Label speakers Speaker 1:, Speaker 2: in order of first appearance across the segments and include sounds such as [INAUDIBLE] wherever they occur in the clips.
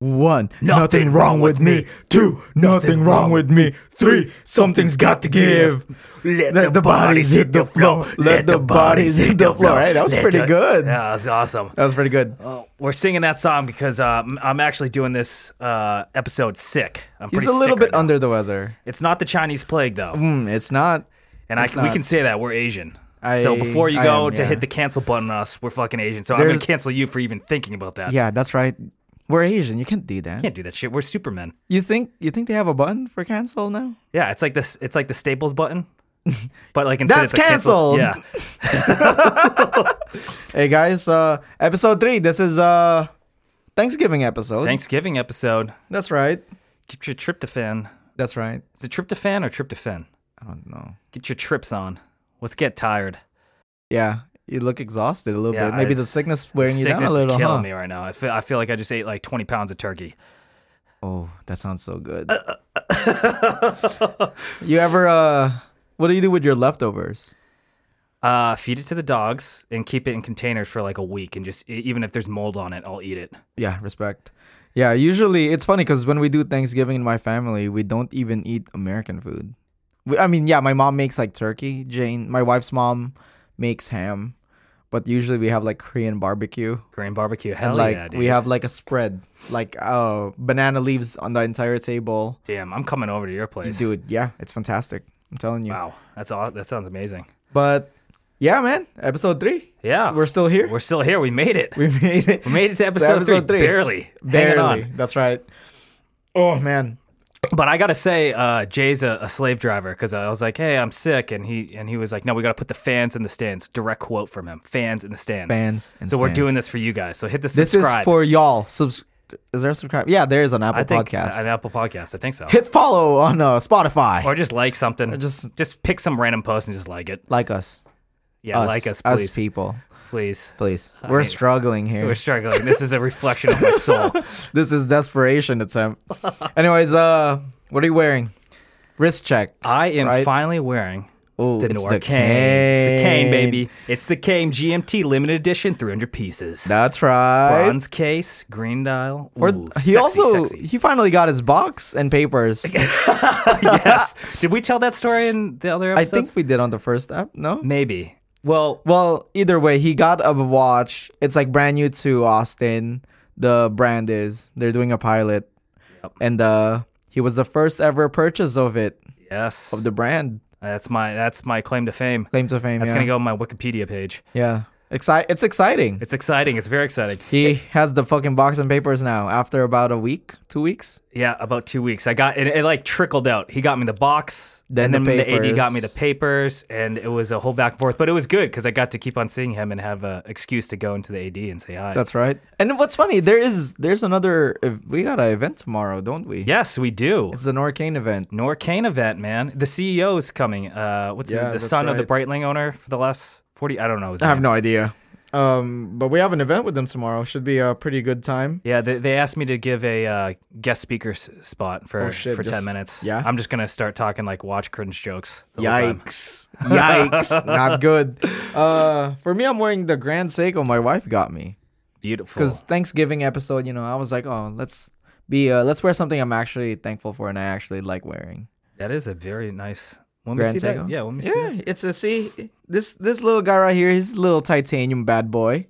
Speaker 1: One, nothing wrong with me. Two, nothing wrong with me. Three, something's got to give.
Speaker 2: Let,
Speaker 1: Let the bodies hit the floor. Let the bodies hit the Oh, floor. Hey, that was
Speaker 2: Let
Speaker 1: pretty
Speaker 2: the-
Speaker 1: good.
Speaker 2: Yeah, that was awesome.
Speaker 1: That was pretty good.
Speaker 2: Well, we're singing that song because uh, m- I'm actually doing this uh, episode sick. I'm
Speaker 1: He's
Speaker 2: pretty
Speaker 1: a little
Speaker 2: sick
Speaker 1: bit
Speaker 2: right now.
Speaker 1: under the weather.
Speaker 2: It's not the Chinese plague though,
Speaker 1: Mm, it's not.
Speaker 2: and I,
Speaker 1: it's
Speaker 2: c- we
Speaker 1: not.
Speaker 2: can say that we're Asian.
Speaker 1: I-
Speaker 2: so before you
Speaker 1: I
Speaker 2: go
Speaker 1: am,
Speaker 2: to
Speaker 1: yeah.
Speaker 2: hit the cancel button on us, we're fucking Asian. So I'm
Speaker 1: There's-
Speaker 2: gonna cancel you for even thinking about that.
Speaker 1: Yeah, that's right. We're Asian. You can't do that.
Speaker 2: can't do that shit. We're Supermen.
Speaker 1: You think you think they have a button for cancel now?
Speaker 2: Yeah, it's like this. It's like the
Speaker 1: [LAUGHS]
Speaker 2: Staples button, but like instead
Speaker 1: That's
Speaker 2: it's a cancel-
Speaker 1: canceled.
Speaker 2: Yeah,
Speaker 1: Hey guys, uh episode 3. This is uh Thanksgiving episode.
Speaker 2: Thanksgiving episode.
Speaker 1: That's right.
Speaker 2: Get your tryptophan.
Speaker 1: That's right.
Speaker 2: Is it tryptophan or tryptophan?
Speaker 1: I don't know.
Speaker 2: Get your trips on. Let's get tired.
Speaker 1: Yeah, you look exhausted a little
Speaker 2: Yeah,
Speaker 1: bit. Maybe the
Speaker 2: it's-
Speaker 1: sickness wearing you
Speaker 2: Sickness
Speaker 1: down a
Speaker 2: is
Speaker 1: little.
Speaker 2: killing
Speaker 1: huh?
Speaker 2: me right now. I feel, I feel like I just ate like 20 pounds of turkey.
Speaker 1: Oh, that sounds so good.
Speaker 2: Uh, [LAUGHS]
Speaker 1: you ever uh what do you do with your leftovers?
Speaker 2: Uh, feed it to the dogs and keep it in containers for like a week. And just e- even if there's mold on it, I'll eat it.
Speaker 1: Yeah, respect. Yeah, usually it's funny cuz when we do Thanksgiving in my family, we don't even eat American food. We, I mean, yeah, my mom makes like turkey, Jane, my wife's mom makes ham, but usually we have like Korean barbecue.
Speaker 2: Korean barbecue. Hell
Speaker 1: And like
Speaker 2: yeah, dude.
Speaker 1: we have like a spread, like uh banana leaves on the entire table.
Speaker 2: Damn, I'm coming over to your place.
Speaker 1: Dude, yeah, it's fantastic. I'm telling you.
Speaker 2: Wow, that's all. That sounds amazing.
Speaker 1: But yeah, man, episode three.
Speaker 2: Yeah.
Speaker 1: St- we're still here.
Speaker 2: We're still here. We made
Speaker 1: [LAUGHS]
Speaker 2: it.
Speaker 1: we made it.
Speaker 2: We made it to episode,
Speaker 1: episode
Speaker 2: three.
Speaker 1: three.
Speaker 2: Barely. Hanging on.
Speaker 1: Barely. That's right. Oh man.
Speaker 2: But I gotta say, uh, Jay's a, a slave driver because I was like, "Hey, I'm sick," and he and he was like, "No, we gotta put the fans in the stands." Direct quote from him: "Fans in the stands."
Speaker 1: Fans in
Speaker 2: so we're doing
Speaker 1: stands.
Speaker 2: this for you guys. So hit the
Speaker 1: This
Speaker 2: subscribe.
Speaker 1: is for y'all. Subs- is there a subscribe? Yeah, there is on Apple
Speaker 2: I think
Speaker 1: Podcasts.
Speaker 2: an Apple Podcast. I think so.
Speaker 1: Hit follow on uh, Spotify.
Speaker 2: or just like something.
Speaker 1: just-
Speaker 2: just pick some random post and just like it.
Speaker 1: like us.
Speaker 2: Yeah, like us,
Speaker 1: Us
Speaker 2: please,
Speaker 1: people.
Speaker 2: please.
Speaker 1: Please. We're
Speaker 2: mean,
Speaker 1: struggling here.
Speaker 2: We're struggling. this is a reflection
Speaker 1: [LAUGHS]
Speaker 2: of my soul.
Speaker 1: this is desperation
Speaker 2: [LAUGHS]
Speaker 1: attempt. Anyways, uh what are you wearing? Wrist check.
Speaker 2: I am
Speaker 1: Right?
Speaker 2: finally wearing.
Speaker 1: Ooh,
Speaker 2: Uh, the
Speaker 1: it's
Speaker 2: Norcane.
Speaker 1: the
Speaker 2: It's the cane,
Speaker 1: cane.
Speaker 2: baby. It's the cane GMT limited edition, 300 pieces.
Speaker 1: That's right.
Speaker 2: Bronze case, green dial.
Speaker 1: Or-
Speaker 2: Ooh,
Speaker 1: he
Speaker 2: sexy,
Speaker 1: also [LAUGHS]
Speaker 2: sexy. [LAUGHS]
Speaker 1: he finally got his box and papers.
Speaker 2: yes. Did we tell that story in the other
Speaker 1: I
Speaker 2: episodes?
Speaker 1: think we did on the first app. No.
Speaker 2: maybe. Well,
Speaker 1: Well, either way, he got a watch. It's like brand new to Austin. The brand is they're doing a pilot, and uh, he was the first ever purchase of it
Speaker 2: yes.
Speaker 1: of the brand.
Speaker 2: that's my that's my claim to fame.
Speaker 1: Claim to fame.
Speaker 2: That's
Speaker 1: yeah.
Speaker 2: gonna go on my Wikipedia page.
Speaker 1: Yeah, Exci- It's exciting.
Speaker 2: It's exciting. It's very exciting.
Speaker 1: he has the fucking box and papers now. After about a week, two weeks.
Speaker 2: Yeah, about two weeks. I got it, it like trickled out. He got me the box,
Speaker 1: Then
Speaker 2: and then
Speaker 1: the
Speaker 2: the AD got me the
Speaker 1: papers.
Speaker 2: papers, and it was a whole back and forth. But it was good because I got to keep on seeing him and have an excuse to go into the AD and say hi.
Speaker 1: That's right. And what's funny, there is there's another. ev- We got an event tomorrow, don't we?
Speaker 2: yes, we do.
Speaker 1: It's the Norcane event.
Speaker 2: Norcane event, man. The CEO's coming. Uh, what's
Speaker 1: Yeah,
Speaker 2: the, the
Speaker 1: that's
Speaker 2: son of the
Speaker 1: right.
Speaker 2: Breitling owner for the last forty? I don't know. His
Speaker 1: I have no
Speaker 2: name.
Speaker 1: idea. Um, but we have an event with them tomorrow. Should be a pretty good time.
Speaker 2: Yeah, they, they asked me to give a uh, guest speaker s- spot for
Speaker 1: Oh, shit,
Speaker 2: for ten
Speaker 1: just-
Speaker 2: minutes.
Speaker 1: yeah?
Speaker 2: I'm just gonna start talking like watch cringe jokes. The whole time.
Speaker 1: Yikes. [LAUGHS] Yikes. Not good. Uh, for me, I'm wearing the Grand Seiko my wife got me.
Speaker 2: Beautiful.
Speaker 1: Because Thanksgiving episode, you know, I was like, oh, let's be, uh, let's wear something I'm actually thankful for and I actually like wearing.
Speaker 2: That is a very nice. When
Speaker 1: Grand
Speaker 2: we see
Speaker 1: Seiko?
Speaker 2: that, yeah, when we see that.
Speaker 1: Yeah, it's a, see, this, this little guy right here, he's a little titanium bad boy.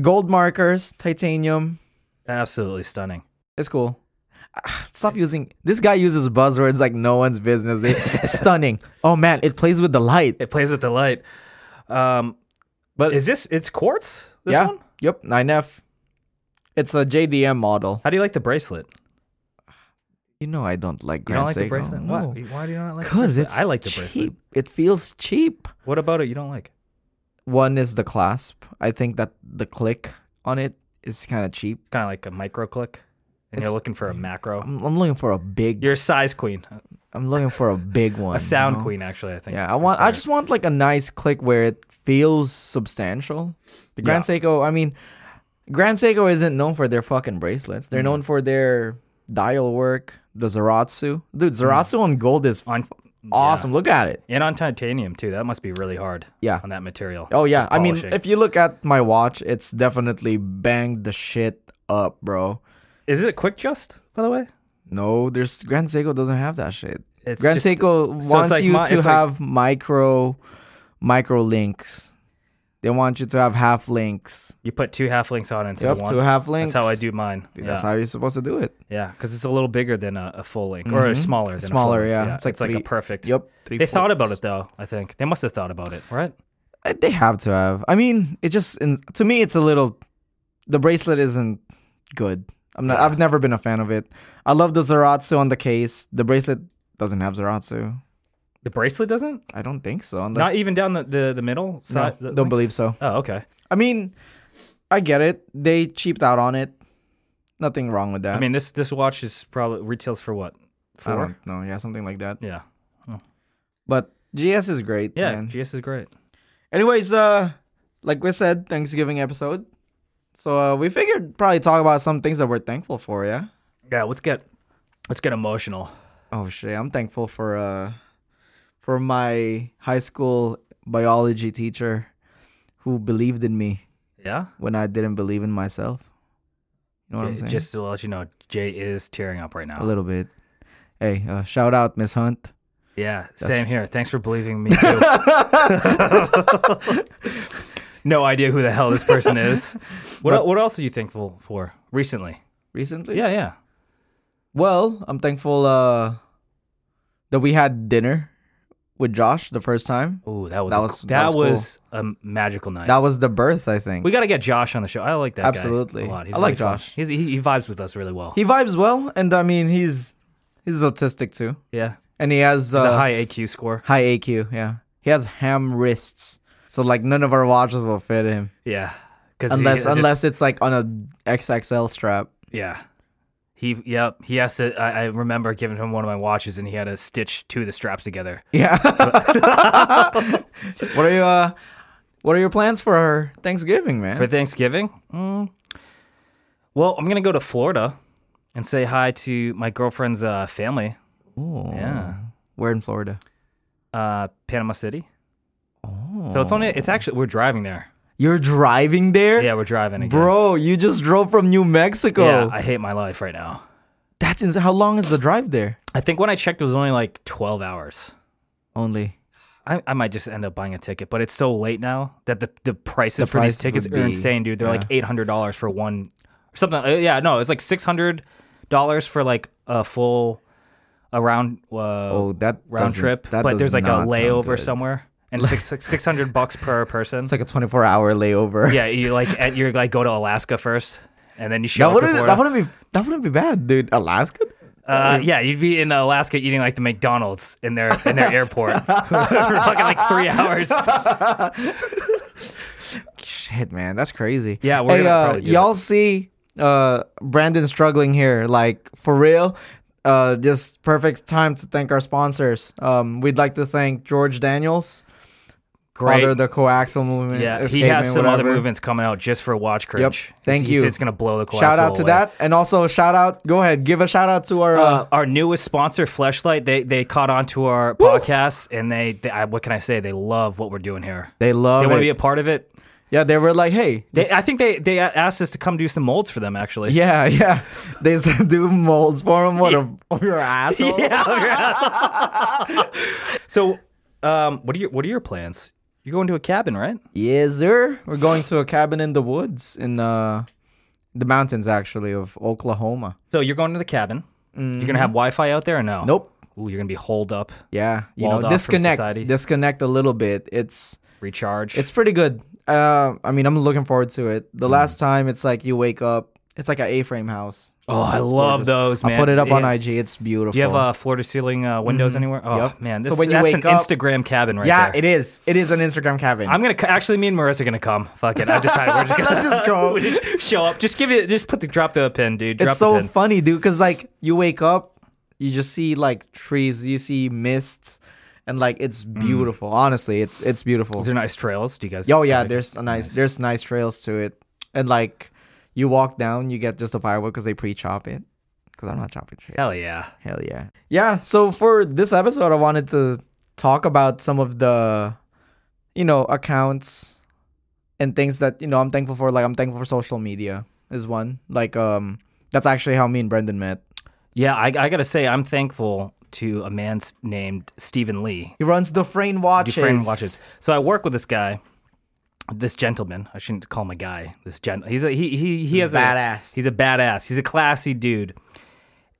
Speaker 1: Gold markers, titanium.
Speaker 2: absolutely stunning.
Speaker 1: It's cool. Ah, [SIGHS] Stop using this guy uses buzzwords like no one's business.
Speaker 2: [LAUGHS]
Speaker 1: They- stunning. Oh man, it plays with the light.
Speaker 2: It plays with the light. Um,
Speaker 1: But
Speaker 2: is this it's quartz? This
Speaker 1: yeah,
Speaker 2: one.
Speaker 1: yep, 9F. It's a JDM model.
Speaker 2: How do you like the bracelet?
Speaker 1: You know I don't like
Speaker 2: You
Speaker 1: Grand
Speaker 2: don't like the
Speaker 1: Seiko.
Speaker 2: bracelet?
Speaker 1: No.
Speaker 2: Why? Why do you not like? the
Speaker 1: Cause
Speaker 2: bracelet?
Speaker 1: it's
Speaker 2: I like the bracelet.
Speaker 1: cheap. It feels cheap.
Speaker 2: What about it? You don't like?
Speaker 1: One is the clasp. I think that the click on it is kind of cheap.
Speaker 2: It's kind of like a micro click, and you're
Speaker 1: It's-
Speaker 2: looking for a macro.
Speaker 1: I'm, I'm looking for a big.
Speaker 2: You're a size queen,
Speaker 1: I'm looking for a big one.
Speaker 2: [LAUGHS] a sound
Speaker 1: you know?
Speaker 2: queen, actually. I think.
Speaker 1: Yeah, I
Speaker 2: is
Speaker 1: want. I
Speaker 2: better.
Speaker 1: just want like a nice click where it feels substantial. The Grand Seiko. I mean, Grand Seiko isn't known for their fucking bracelets. They're
Speaker 2: Mm.
Speaker 1: known for their dial work, the Zeratsu. Dude,
Speaker 2: Mm.
Speaker 1: Zeratsu on gold is
Speaker 2: On
Speaker 1: awesome. Look at it.
Speaker 2: and on titanium too. That must be really hard.
Speaker 1: Yeah.
Speaker 2: on that material.
Speaker 1: Oh yeah,
Speaker 2: Just
Speaker 1: I mean,
Speaker 2: polishing.
Speaker 1: if you look at my watch, it's definitely banged the shit up, bro.
Speaker 2: is it a quick just by the way?
Speaker 1: No, there's Grand Seiko doesn't have that shit.
Speaker 2: It's
Speaker 1: Grand
Speaker 2: just-
Speaker 1: Seiko
Speaker 2: so
Speaker 1: wants
Speaker 2: it's like
Speaker 1: you
Speaker 2: mi-
Speaker 1: to
Speaker 2: it's like-
Speaker 1: have micro micro links. They want you to have half links.
Speaker 2: You put two half links on instead
Speaker 1: Yep,
Speaker 2: of one.
Speaker 1: two half
Speaker 2: That's
Speaker 1: links.
Speaker 2: how I do mine.
Speaker 1: Dude,
Speaker 2: yeah.
Speaker 1: That's how you're supposed to do it.
Speaker 2: Yeah, because it's a little bigger than a, a full link or
Speaker 1: Mhm.
Speaker 2: smaller than a
Speaker 1: Smaller,
Speaker 2: full link.
Speaker 1: yeah. It's like
Speaker 2: It's like,
Speaker 1: three-
Speaker 2: a perfect.
Speaker 1: Yep. Three
Speaker 2: They thought about
Speaker 1: fourths.
Speaker 2: it though. I think they must have thought about it, right?
Speaker 1: Uh, They have to have. I mean, it just in, to me, it's a little. The bracelet isn't good. I'm not.
Speaker 2: Yeah.
Speaker 1: I've never been a fan of it. I love the Zeratsu on the case. The bracelet doesn't have Zeratsu.
Speaker 2: The bracelet doesn't.
Speaker 1: I don't think so.
Speaker 2: Not
Speaker 1: unless-
Speaker 2: even down the the, the middle
Speaker 1: No,
Speaker 2: side. the
Speaker 1: don't
Speaker 2: links?
Speaker 1: believe so.
Speaker 2: Oh, okay.
Speaker 1: I mean, I get it. They cheaped out on it. Nothing wrong with that.
Speaker 2: I mean, this this watch is probably retails for what?
Speaker 1: I
Speaker 2: Four.
Speaker 1: don't know. Yeah, something like that.
Speaker 2: Yeah.
Speaker 1: But GS is great.
Speaker 2: Yeah.
Speaker 1: man.
Speaker 2: GS is great.
Speaker 1: Anyways, uh, like we said, Thanksgiving episode. So uh, we figured probably talk about some things that we're thankful for. Yeah.
Speaker 2: Yeah. Let's get let's get emotional.
Speaker 1: Oh shit! I'm thankful for uh, for my high school biology teacher, who believed in me
Speaker 2: Yeah.
Speaker 1: when I didn't believe in myself. You know what I'm
Speaker 2: J-
Speaker 1: saying?
Speaker 2: Just to let you know, Jay is tearing up right now.
Speaker 1: a little bit. Hey, uh, shout out Miss Hunt.
Speaker 2: Yeah, same here. Thanks for
Speaker 1: [LAUGHS]
Speaker 2: believing me too. no idea who the hell this [LAUGHS] person is. What el- what else are you thankful for [LAUGHS] recently?
Speaker 1: Recently,
Speaker 2: Yeah, yeah.
Speaker 1: Well, I'm thankful uh that we had dinner with Josh the first time.
Speaker 2: Oh, that was
Speaker 1: That
Speaker 2: a-
Speaker 1: was- that
Speaker 2: that
Speaker 1: was cool.
Speaker 2: was a magical night.
Speaker 1: That was the birth, I think.
Speaker 2: we got to get Josh on the show. I like that guy
Speaker 1: Absolutely.
Speaker 2: a lot. He's
Speaker 1: I like
Speaker 2: really fun.
Speaker 1: Josh.
Speaker 2: He's, he, he vibes with us really well.
Speaker 1: he vibes well, and I mean he's he's autistic too,
Speaker 2: yeah,
Speaker 1: and he has uh,
Speaker 2: he's a high AQ score.
Speaker 1: high AQ. Yeah, he has ham wrists, so like none of our watches will fit him
Speaker 2: Yeah, because
Speaker 1: unless unless it's like on a XXL strap.
Speaker 2: yeah. He yep he has to. I, I remember giving him one of my watches and he had to stitch two of the straps together.
Speaker 1: Yeah.
Speaker 2: [LAUGHS]
Speaker 1: what are you? Uh, what are your plans for Thanksgiving, man?
Speaker 2: For Thanksgiving? Mm. Well, I'm going to go to Florida and say hi to my girlfriend's uh, family.
Speaker 1: Ooh.
Speaker 2: Yeah.
Speaker 1: We're in Florida.
Speaker 2: Uh, Panama City. So it's only,
Speaker 1: Oh.
Speaker 2: it's actually, we're driving there.
Speaker 1: You're driving there?
Speaker 2: Yeah, we're driving again.
Speaker 1: Bro, you just drove from New Mexico.
Speaker 2: Yeah, I hate my life right now.
Speaker 1: That's ins- how long is the drive there?
Speaker 2: I think when I checked, it was only like 12 hours.
Speaker 1: Only.
Speaker 2: I, I might just end up buying a ticket, but it's so late now that the, the prices
Speaker 1: The
Speaker 2: for
Speaker 1: prices
Speaker 2: these tickets
Speaker 1: would
Speaker 2: are
Speaker 1: be-
Speaker 2: insane, dude. They're like $800 for one, something. uh, Yeah, no, it's like $600 for like a full, a round, uh,
Speaker 1: Oh, that
Speaker 2: round
Speaker 1: doesn't-
Speaker 2: trip,
Speaker 1: that
Speaker 2: but
Speaker 1: does
Speaker 2: there's like a
Speaker 1: not sound
Speaker 2: layover
Speaker 1: good.
Speaker 2: somewhere, and six six hundred bucks
Speaker 1: [LAUGHS]
Speaker 2: per person.
Speaker 1: It's like a 24 hour layover.
Speaker 2: yeah, you like at, you like go to Alaska first, and then you
Speaker 1: [LAUGHS] That
Speaker 2: show up in
Speaker 1: wouldn't,
Speaker 2: Florida.
Speaker 1: that wouldn't be that wouldn't be bad, dude. Alaska?
Speaker 2: uh, yeah, you'd be in Alaska eating like the McDonald's in their in
Speaker 1: [LAUGHS]
Speaker 2: their airport [LAUGHS] for fucking like three hours.
Speaker 1: Shit, man, that's crazy.
Speaker 2: Yeah, we're
Speaker 1: hey,
Speaker 2: gonna
Speaker 1: uh,
Speaker 2: probably do
Speaker 1: y'all see uh Brandon struggling here, like for real. Uh, just perfect time to thank our sponsors. Um, we'd like to thank George Daniels,
Speaker 2: Great.
Speaker 1: father of the coaxial movement.
Speaker 2: yeah, he
Speaker 1: escapement,
Speaker 2: has some other
Speaker 1: whatever.
Speaker 2: movements coming out just for watch cringe.
Speaker 1: Thank
Speaker 2: He's- he's-
Speaker 1: you.
Speaker 2: It's gonna blow the coaxial
Speaker 1: shout out to
Speaker 2: away.
Speaker 1: that and also shout out go ahead give a shout out to our uh,
Speaker 2: Uh, our newest sponsor, Fleshlight, they they caught on to our podcast and they, they I, what can I say? They love what we're doing here.
Speaker 1: they
Speaker 2: They
Speaker 1: love
Speaker 2: want
Speaker 1: it.
Speaker 2: to be a part of it.
Speaker 1: yeah they were like hey
Speaker 2: They,
Speaker 1: just-
Speaker 2: I think they, they asked us to come do some molds for them, actually.
Speaker 1: yeah yeah [LAUGHS] they said do molds for him what a of [LAUGHS] your
Speaker 2: [LAUGHS]
Speaker 1: asshole
Speaker 2: so, um, what are your what are your plans? You're going to a cabin, right?
Speaker 1: yes sir we're going to a cabin in the woods in uh the mountains actually of Oklahoma
Speaker 2: So you're going to the cabin. You're gonna have Wi-Fi out there or no?
Speaker 1: Mm-hmm. nope
Speaker 2: Ooh, you're gonna be holed up,
Speaker 1: yeah you
Speaker 2: Walled
Speaker 1: know
Speaker 2: off from
Speaker 1: disconnect
Speaker 2: society.
Speaker 1: disconnect a little bit it's
Speaker 2: recharge.
Speaker 1: it's pretty good uh I mean I'm looking forward to it
Speaker 2: Mm.
Speaker 1: the last time it's like you wake up it's like an A-frame house
Speaker 2: oh, I
Speaker 1: It's
Speaker 2: love
Speaker 1: gorgeous.
Speaker 2: those, man.
Speaker 1: I put it up on
Speaker 2: Yeah.
Speaker 1: IG it's beautiful
Speaker 2: Do you have uh, floor to ceiling uh, windows anywhere? Oh
Speaker 1: Mm-hmm. Yep.
Speaker 2: man,
Speaker 1: So
Speaker 2: this
Speaker 1: when you
Speaker 2: that's
Speaker 1: wake
Speaker 2: an
Speaker 1: up-
Speaker 2: Instagram cabin right
Speaker 1: Yeah,
Speaker 2: there.
Speaker 1: it is. It is an Instagram cabin.
Speaker 2: I'm gonna co- actually. Me and Marissa gonna come. Fuck it. I decided we're
Speaker 1: [LAUGHS]
Speaker 2: just gonna
Speaker 1: Let's just go.
Speaker 2: [LAUGHS] we just show up. Just give it. Just put the drop the pin, dude. Drop
Speaker 1: it's
Speaker 2: the
Speaker 1: so
Speaker 2: pin.
Speaker 1: funny, dude, because like you wake up, you just see like trees, you see mists, and like it's
Speaker 2: Mm.
Speaker 1: beautiful. Honestly, it's it's beautiful.
Speaker 2: Those are nice trails. Do you guys?
Speaker 1: Oh yeah,
Speaker 2: like-
Speaker 1: there's a nice, there's nice trails to it, and like You walk down, you get just a firewood because they pre-chop it. Because I'm not chopping shit.
Speaker 2: Hell yeah.
Speaker 1: Hell yeah. Yeah. So for this episode, I wanted to talk about some of the, you know, accounts and things that, you know, I'm thankful for. Like, I'm thankful for social media, is one. Like, um, that's actually how me and Brendan met.
Speaker 2: Yeah, I, I gotta say, I'm thankful to a man s- named Stephen Lee.
Speaker 1: He runs Dufresne Watches.
Speaker 2: Dufresne watches. So I work with this guy, this gentleman. I shouldn't call him a guy. This gent. He's a he he he has
Speaker 1: badass.
Speaker 2: A, he's a badass. He's a classy dude.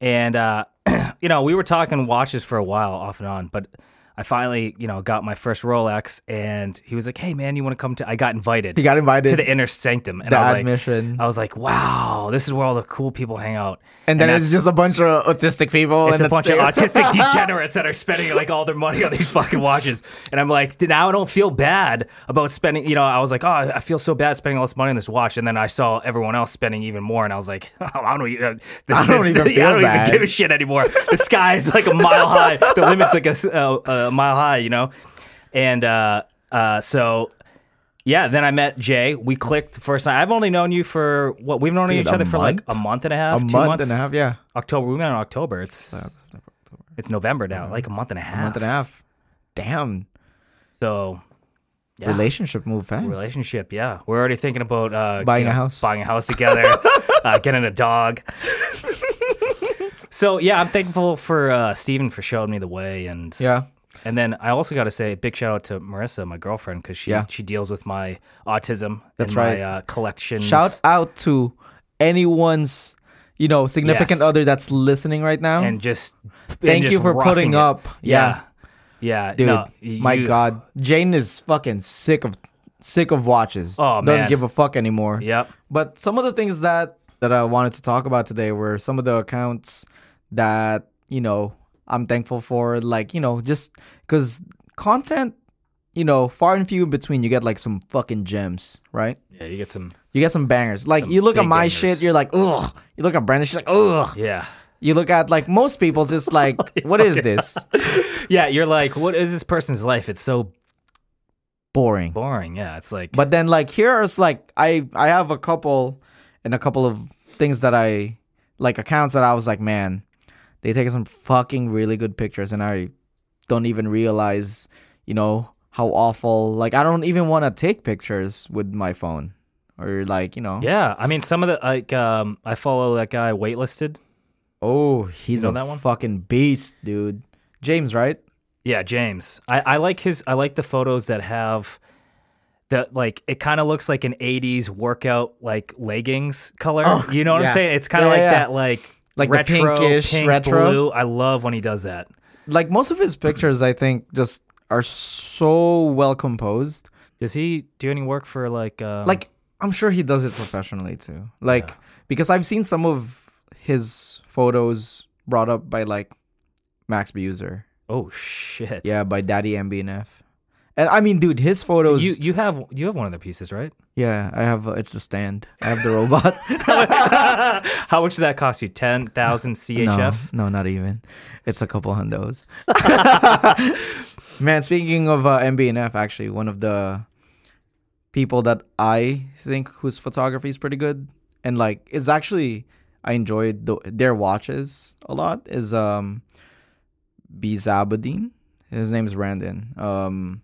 Speaker 2: And uh, [CLEARS THROAT] you know, we were talking watches for a while off and on, but I finally, you know, got my first Rolex, and he was like, "Hey, man, you want to come to?" I got invited.
Speaker 1: He got invited.
Speaker 2: to the inner sanctum, and
Speaker 1: The
Speaker 2: I was like, uh,
Speaker 1: admission.
Speaker 2: I was like, "Wow, this is where all the cool people hang out."
Speaker 1: and then
Speaker 2: that's-
Speaker 1: it's just a bunch of autistic people.
Speaker 2: it's
Speaker 1: and
Speaker 2: a bunch
Speaker 1: thing-
Speaker 2: of
Speaker 1: [LAUGHS]
Speaker 2: autistic degenerates that are spending like all their money on these fucking watches. And I'm like, now I don't feel bad about spending. You know, I was like, oh, I feel so bad spending all this money on this watch. And then I saw everyone else spending even more, and I was like, [LAUGHS] I don't, even- uh, this,
Speaker 1: I don't
Speaker 2: this- [LAUGHS]
Speaker 1: even feel
Speaker 2: I don't
Speaker 1: bad.
Speaker 2: even give a shit anymore. the sky's like a mile high. The limit's like a, s- uh, a mile high. You know, and uh, uh, so. Yeah, then I met Jay. We clicked the first time. I've only known you for what we've known
Speaker 1: Dude,
Speaker 2: each
Speaker 1: a
Speaker 2: other for like a
Speaker 1: month?
Speaker 2: month and a half,
Speaker 1: a
Speaker 2: two
Speaker 1: month
Speaker 2: months
Speaker 1: and a half. Yeah,
Speaker 2: October. We met in October. It's it's November now, like a month and a half.
Speaker 1: a month and a half. Damn,
Speaker 2: So Yeah.
Speaker 1: relationship move fast.
Speaker 2: relationship, yeah. We're already thinking about uh,
Speaker 1: Buying
Speaker 2: you
Speaker 1: a house.
Speaker 2: buying a
Speaker 1: [LAUGHS]
Speaker 2: house together, uh, getting a dog. so yeah, I'm thankful for uh, Steven for showing me the way, and
Speaker 1: yeah,
Speaker 2: and then I also got to say a big shout out to Marissa, my girlfriend, because she
Speaker 1: Yeah.
Speaker 2: she deals with my autism.
Speaker 1: That's
Speaker 2: and
Speaker 1: right.
Speaker 2: My uh, collections.
Speaker 1: Shout out to anyone's, you know, significant
Speaker 2: Yes.
Speaker 1: other that's listening right now.
Speaker 2: and just and
Speaker 1: Thank
Speaker 2: just
Speaker 1: you for
Speaker 2: roughing
Speaker 1: putting
Speaker 2: it.
Speaker 1: up. Yeah.
Speaker 2: Yeah. Yeah,
Speaker 1: Dude,
Speaker 2: no,
Speaker 1: my
Speaker 2: you-
Speaker 1: God, Jane is fucking sick of sick of watches.
Speaker 2: Oh,
Speaker 1: doesn't
Speaker 2: man.
Speaker 1: give a fuck anymore.
Speaker 2: Yep.
Speaker 1: But some of the things that that I wanted to talk about today were some of the accounts that you know I'm thankful for. Like you know, just because content, you know, far and few between. You get like some fucking gems, right?
Speaker 2: Yeah, you get some.
Speaker 1: You get some bangers. Like you look at
Speaker 2: big
Speaker 1: my
Speaker 2: bangers.
Speaker 1: shit, you're like, ugh. You look at Brandon, she's like, ugh.
Speaker 2: Yeah.
Speaker 1: You look at like most people's,
Speaker 2: [LAUGHS]
Speaker 1: it's like, what is this?
Speaker 2: Yeah, you're like, what is this person's life? It's so
Speaker 1: Boring.
Speaker 2: boring. Yeah, it's like,
Speaker 1: But then like here's like I I have a couple and a couple of things that I like accounts that I was like, man, they take some fucking really good pictures and I don't even realize, you know, how awful like I don't even want to take pictures with my phone. Or like, you know.
Speaker 2: yeah. I mean, some of the like, um, I follow that guy waitlisted.
Speaker 1: Oh, he's
Speaker 2: know
Speaker 1: a
Speaker 2: that one?
Speaker 1: fucking beast, dude. James, right?
Speaker 2: Yeah, James. I, I like his. I like the photos that have that like it kind of looks like an '80s workout like leggings color. you know what
Speaker 1: Oh, yeah.
Speaker 2: I'm saying? It's kind of
Speaker 1: Yeah,
Speaker 2: like
Speaker 1: yeah.
Speaker 2: that like
Speaker 1: Like the
Speaker 2: retro
Speaker 1: pinkish
Speaker 2: pink,
Speaker 1: retro.
Speaker 2: blue. I love when he does that.
Speaker 1: Like most of his pictures I think just are so well composed.
Speaker 2: Does he do any work for like um,
Speaker 1: like I'm sure he does it professionally too. Like because I've seen some of his photos brought up by like Max Buser.
Speaker 2: Oh shit!
Speaker 1: Yeah, by Daddy MBNF. And I mean, dude, his photos.
Speaker 2: You you have you have one of the pieces, right?
Speaker 1: yeah, I have. Uh, it's the stand. I have the robot.
Speaker 2: [LAUGHS] How much did that cost you? Ten thousand
Speaker 1: no,
Speaker 2: CHF.
Speaker 1: no, not even. It's a couple hundos. [LAUGHS] Man, speaking of uh, MBNF, actually, one of the people that I think whose photography is pretty good and like it's actually I enjoyed the, their watches a lot is um Bizabuddin. His name's Brandon. Um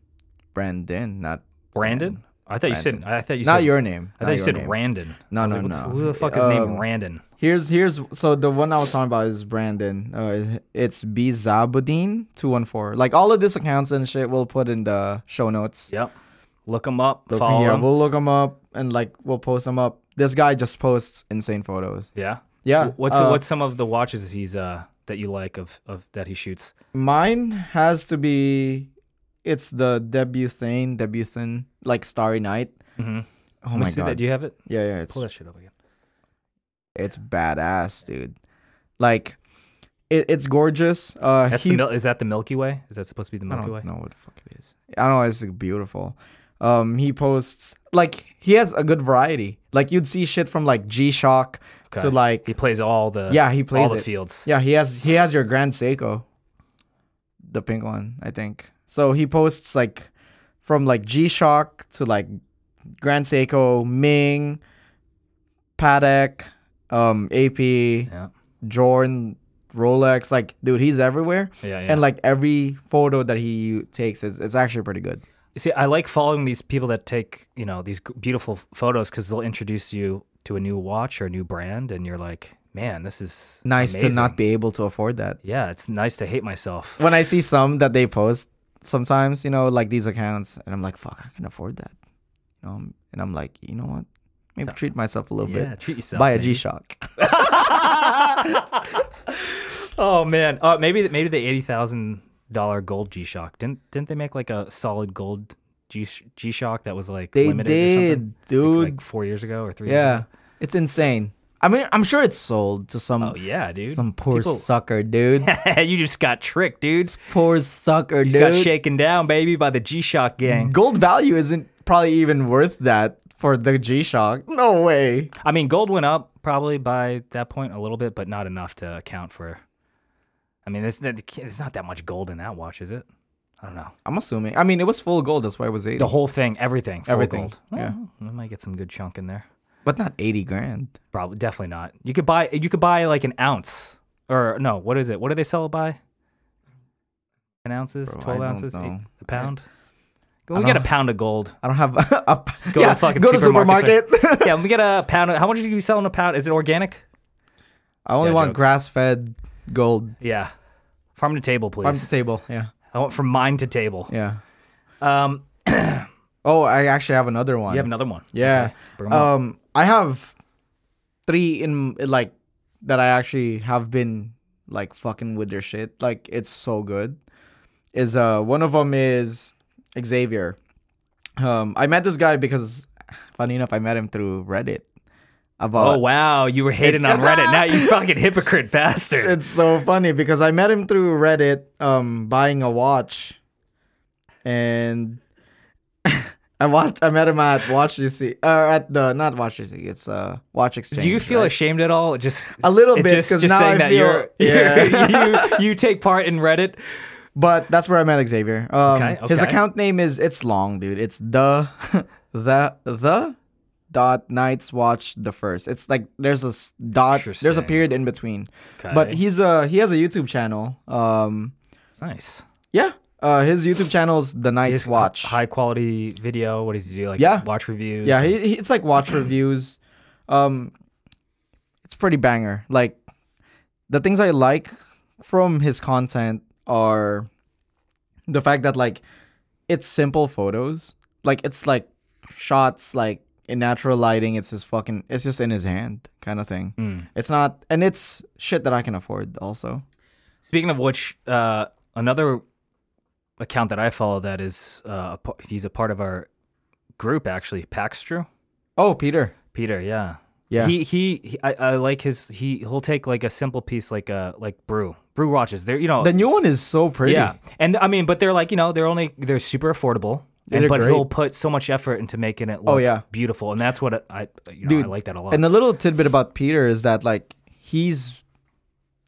Speaker 1: Brandon, not
Speaker 2: Brandon. I thought you said. I thought you
Speaker 1: not
Speaker 2: said.
Speaker 1: your name.
Speaker 2: I
Speaker 1: not
Speaker 2: thought you
Speaker 1: your
Speaker 2: said
Speaker 1: name.
Speaker 2: Randon.
Speaker 1: No,
Speaker 2: I was
Speaker 1: no,
Speaker 2: like, what the-
Speaker 1: no.
Speaker 2: who the fuck is named
Speaker 1: Um,
Speaker 2: Randon?
Speaker 1: Here's here's so the one I was talking about is Brandon. Uh, it's B Zabuddin two one four. Like all of this accounts and shit, we'll put in the show notes.
Speaker 2: Yep. Look him up.
Speaker 1: Look-
Speaker 2: follow
Speaker 1: yeah,
Speaker 2: him.
Speaker 1: we'll look them up and like we'll post them up. This guy just posts insane photos.
Speaker 2: yeah.
Speaker 1: Yeah,
Speaker 2: Wh- What's
Speaker 1: uh,
Speaker 2: what's some of the watches he's uh that you like of of that he shoots?
Speaker 1: Mine has to be, it's the debutant debutant like Starry Night.
Speaker 2: Mm-hmm. Oh
Speaker 1: Oh my
Speaker 2: see That.
Speaker 1: god,
Speaker 2: Do you have it?
Speaker 1: yeah, yeah, it's
Speaker 2: Pull that shit up again.
Speaker 1: it's badass, dude. Like, it, it's gorgeous. Uh,
Speaker 2: That's
Speaker 1: he-
Speaker 2: the mil- is that the Milky Way? Is that supposed to be the
Speaker 1: I
Speaker 2: Milky Way?
Speaker 1: don't know what the fuck it is. I don't know. It's like, beautiful. Um, he posts like he has a good variety. Like you'd see shit from like G Shock
Speaker 2: Okay.
Speaker 1: to like
Speaker 2: He plays all the
Speaker 1: Yeah, he plays
Speaker 2: all the
Speaker 1: it.
Speaker 2: fields.
Speaker 1: Yeah, he has he has your Grand Seiko, the pink one, I think. So he posts like from like G Shock to like Grand Seiko, Ming, Patek, um, AP,
Speaker 2: Yeah.
Speaker 1: Jordan, Rolex. Like, dude, he's everywhere.
Speaker 2: Yeah, yeah.
Speaker 1: And like every photo that he takes is it's actually pretty good.
Speaker 2: See, I like following these people that take, you know, these g- beautiful f- photos because they'll introduce you to a new watch or a new brand, and you're like, man, this is
Speaker 1: Nice to
Speaker 2: amazing."
Speaker 1: not be able to afford that.
Speaker 2: Yeah, it's nice to hate myself.
Speaker 1: When I see some that they post sometimes, you know, like these accounts, and I'm like, fuck, I can afford that. Um, and I'm like, you know what? Maybe treat myself a little
Speaker 2: Yeah,
Speaker 1: bit.
Speaker 2: treat yourself.
Speaker 1: Buy a
Speaker 2: maybe.
Speaker 1: G-Shock.
Speaker 2: Oh man, uh, maybe maybe the eighty thousand dollar gold G Shock didn't didn't they make like a solid gold G G Shock that was like
Speaker 1: They
Speaker 2: limited or
Speaker 1: did,
Speaker 2: something?
Speaker 1: dude.
Speaker 2: Like, like four years ago or three. years
Speaker 1: yeah,
Speaker 2: ago?
Speaker 1: it's insane. I mean, I'm sure it's sold to some
Speaker 2: Oh yeah, dude.
Speaker 1: some poor
Speaker 2: People-
Speaker 1: sucker,
Speaker 2: [LAUGHS]
Speaker 1: dude.
Speaker 2: you just got tricked, dude.
Speaker 1: poor sucker,
Speaker 2: You
Speaker 1: dude.
Speaker 2: got shaken down, baby, by the G Shock gang.
Speaker 1: Gold value isn't probably even worth that for the G-Shock. No way.
Speaker 2: I mean, gold went up probably by that point a little bit, but not enough to account for. I mean, it's, it's not that much gold in that watch, is it? I don't know.
Speaker 1: I'm assuming. I mean, it was full gold. That's why it was 80.
Speaker 2: The whole thing, everything, full
Speaker 1: Everything,
Speaker 2: gold.
Speaker 1: yeah.
Speaker 2: Oh, we might get some good chunk in there.
Speaker 1: but not 80 grand.
Speaker 2: Probably, definitely not. You could buy, you could buy like an ounce, or no, what is it? What do they sell it by? Ten ounces,
Speaker 1: Bro, I
Speaker 2: twelve
Speaker 1: don't
Speaker 2: ounces, eight,
Speaker 1: know.
Speaker 2: a pound. we get a
Speaker 1: don't-
Speaker 2: pound of gold. [LAUGHS]
Speaker 1: I don't have [LAUGHS] a.
Speaker 2: Go to
Speaker 1: yeah,
Speaker 2: the fucking
Speaker 1: go to
Speaker 2: supermarket.
Speaker 1: supermarket. [LAUGHS]
Speaker 2: yeah, we get a pound. Of, how much are you selling a pound? Is it organic?
Speaker 1: I only
Speaker 2: Yeah,
Speaker 1: want
Speaker 2: joke.
Speaker 1: grass fed gold.
Speaker 2: Yeah, farm to table, please.
Speaker 1: Farm to table. Yeah.
Speaker 2: I want from mine to table.
Speaker 1: Yeah.
Speaker 2: Um,
Speaker 1: Oh, I actually have another one.
Speaker 2: you have another one.
Speaker 1: yeah.
Speaker 2: Okay, bring 'em up.
Speaker 1: Um, I have three in like that I actually have been like fucking with their shit. Like it's so good. Is uh one of them is Xavier. Um, I met this guy because, funny enough, I met him through Reddit. About
Speaker 2: oh wow, you were hating on Reddit. Now you fucking hypocrite bastard.
Speaker 1: [LAUGHS] it's so funny because I met him through Reddit, um, buying a watch, and [LAUGHS] I watched. I met him at Watch DC, or at the not Watch DC. It's uh Watch Exchange.
Speaker 2: Do you feel
Speaker 1: right?
Speaker 2: ashamed at all? Just
Speaker 1: a little
Speaker 2: It
Speaker 1: bit
Speaker 2: just,
Speaker 1: because
Speaker 2: just
Speaker 1: now
Speaker 2: saying
Speaker 1: I
Speaker 2: that
Speaker 1: feel, [LAUGHS]
Speaker 2: you're,
Speaker 1: yeah.
Speaker 2: you're [LAUGHS] you you take part in Reddit.
Speaker 1: but that's where I met Xavier. Um,
Speaker 2: Okay,
Speaker 1: His
Speaker 2: okay.
Speaker 1: account name is it's long, dude. It's the [LAUGHS] the the dot Knights Watch the first. It's like there's a s- dot. There's a
Speaker 2: Interesting.
Speaker 1: period in between. But he's a he has a YouTube channel. Um,
Speaker 2: nice.
Speaker 1: yeah. Uh, his YouTube channel's The Knights
Speaker 2: He's
Speaker 1: Watch.
Speaker 2: high quality video. What does he do? Like
Speaker 1: Yeah.
Speaker 2: watch reviews.
Speaker 1: Yeah, he, he, it's like [CLEARS THROAT] watch reviews. Um, it's pretty banger. Like the things I like from his content are the fact that like it's simple photos. Like it's like shots like in natural lighting. It's his fucking. It's just in his hand kind of thing. It's not, and it's shit that I can afford. Also,
Speaker 2: Speaking of which, uh, another account that I follow that is uh, a par- he's a part of our group actually. Paxtru.
Speaker 1: oh Peter,
Speaker 2: Peter, yeah.
Speaker 1: Yeah.
Speaker 2: He he, he I, I like his he he'll take like a simple piece like uh like brew. Brew watches. They're you know
Speaker 1: the new one is so pretty.
Speaker 2: Yeah. And I mean, but they're like, you know, they're only they're super affordable.
Speaker 1: Yeah,
Speaker 2: And,
Speaker 1: they're
Speaker 2: but
Speaker 1: great. Oh,
Speaker 2: he'll put so much effort into making it look
Speaker 1: yeah.
Speaker 2: beautiful. And that's what I you know, I
Speaker 1: Dude,
Speaker 2: like that a lot.
Speaker 1: And a little tidbit about Peter is that like he's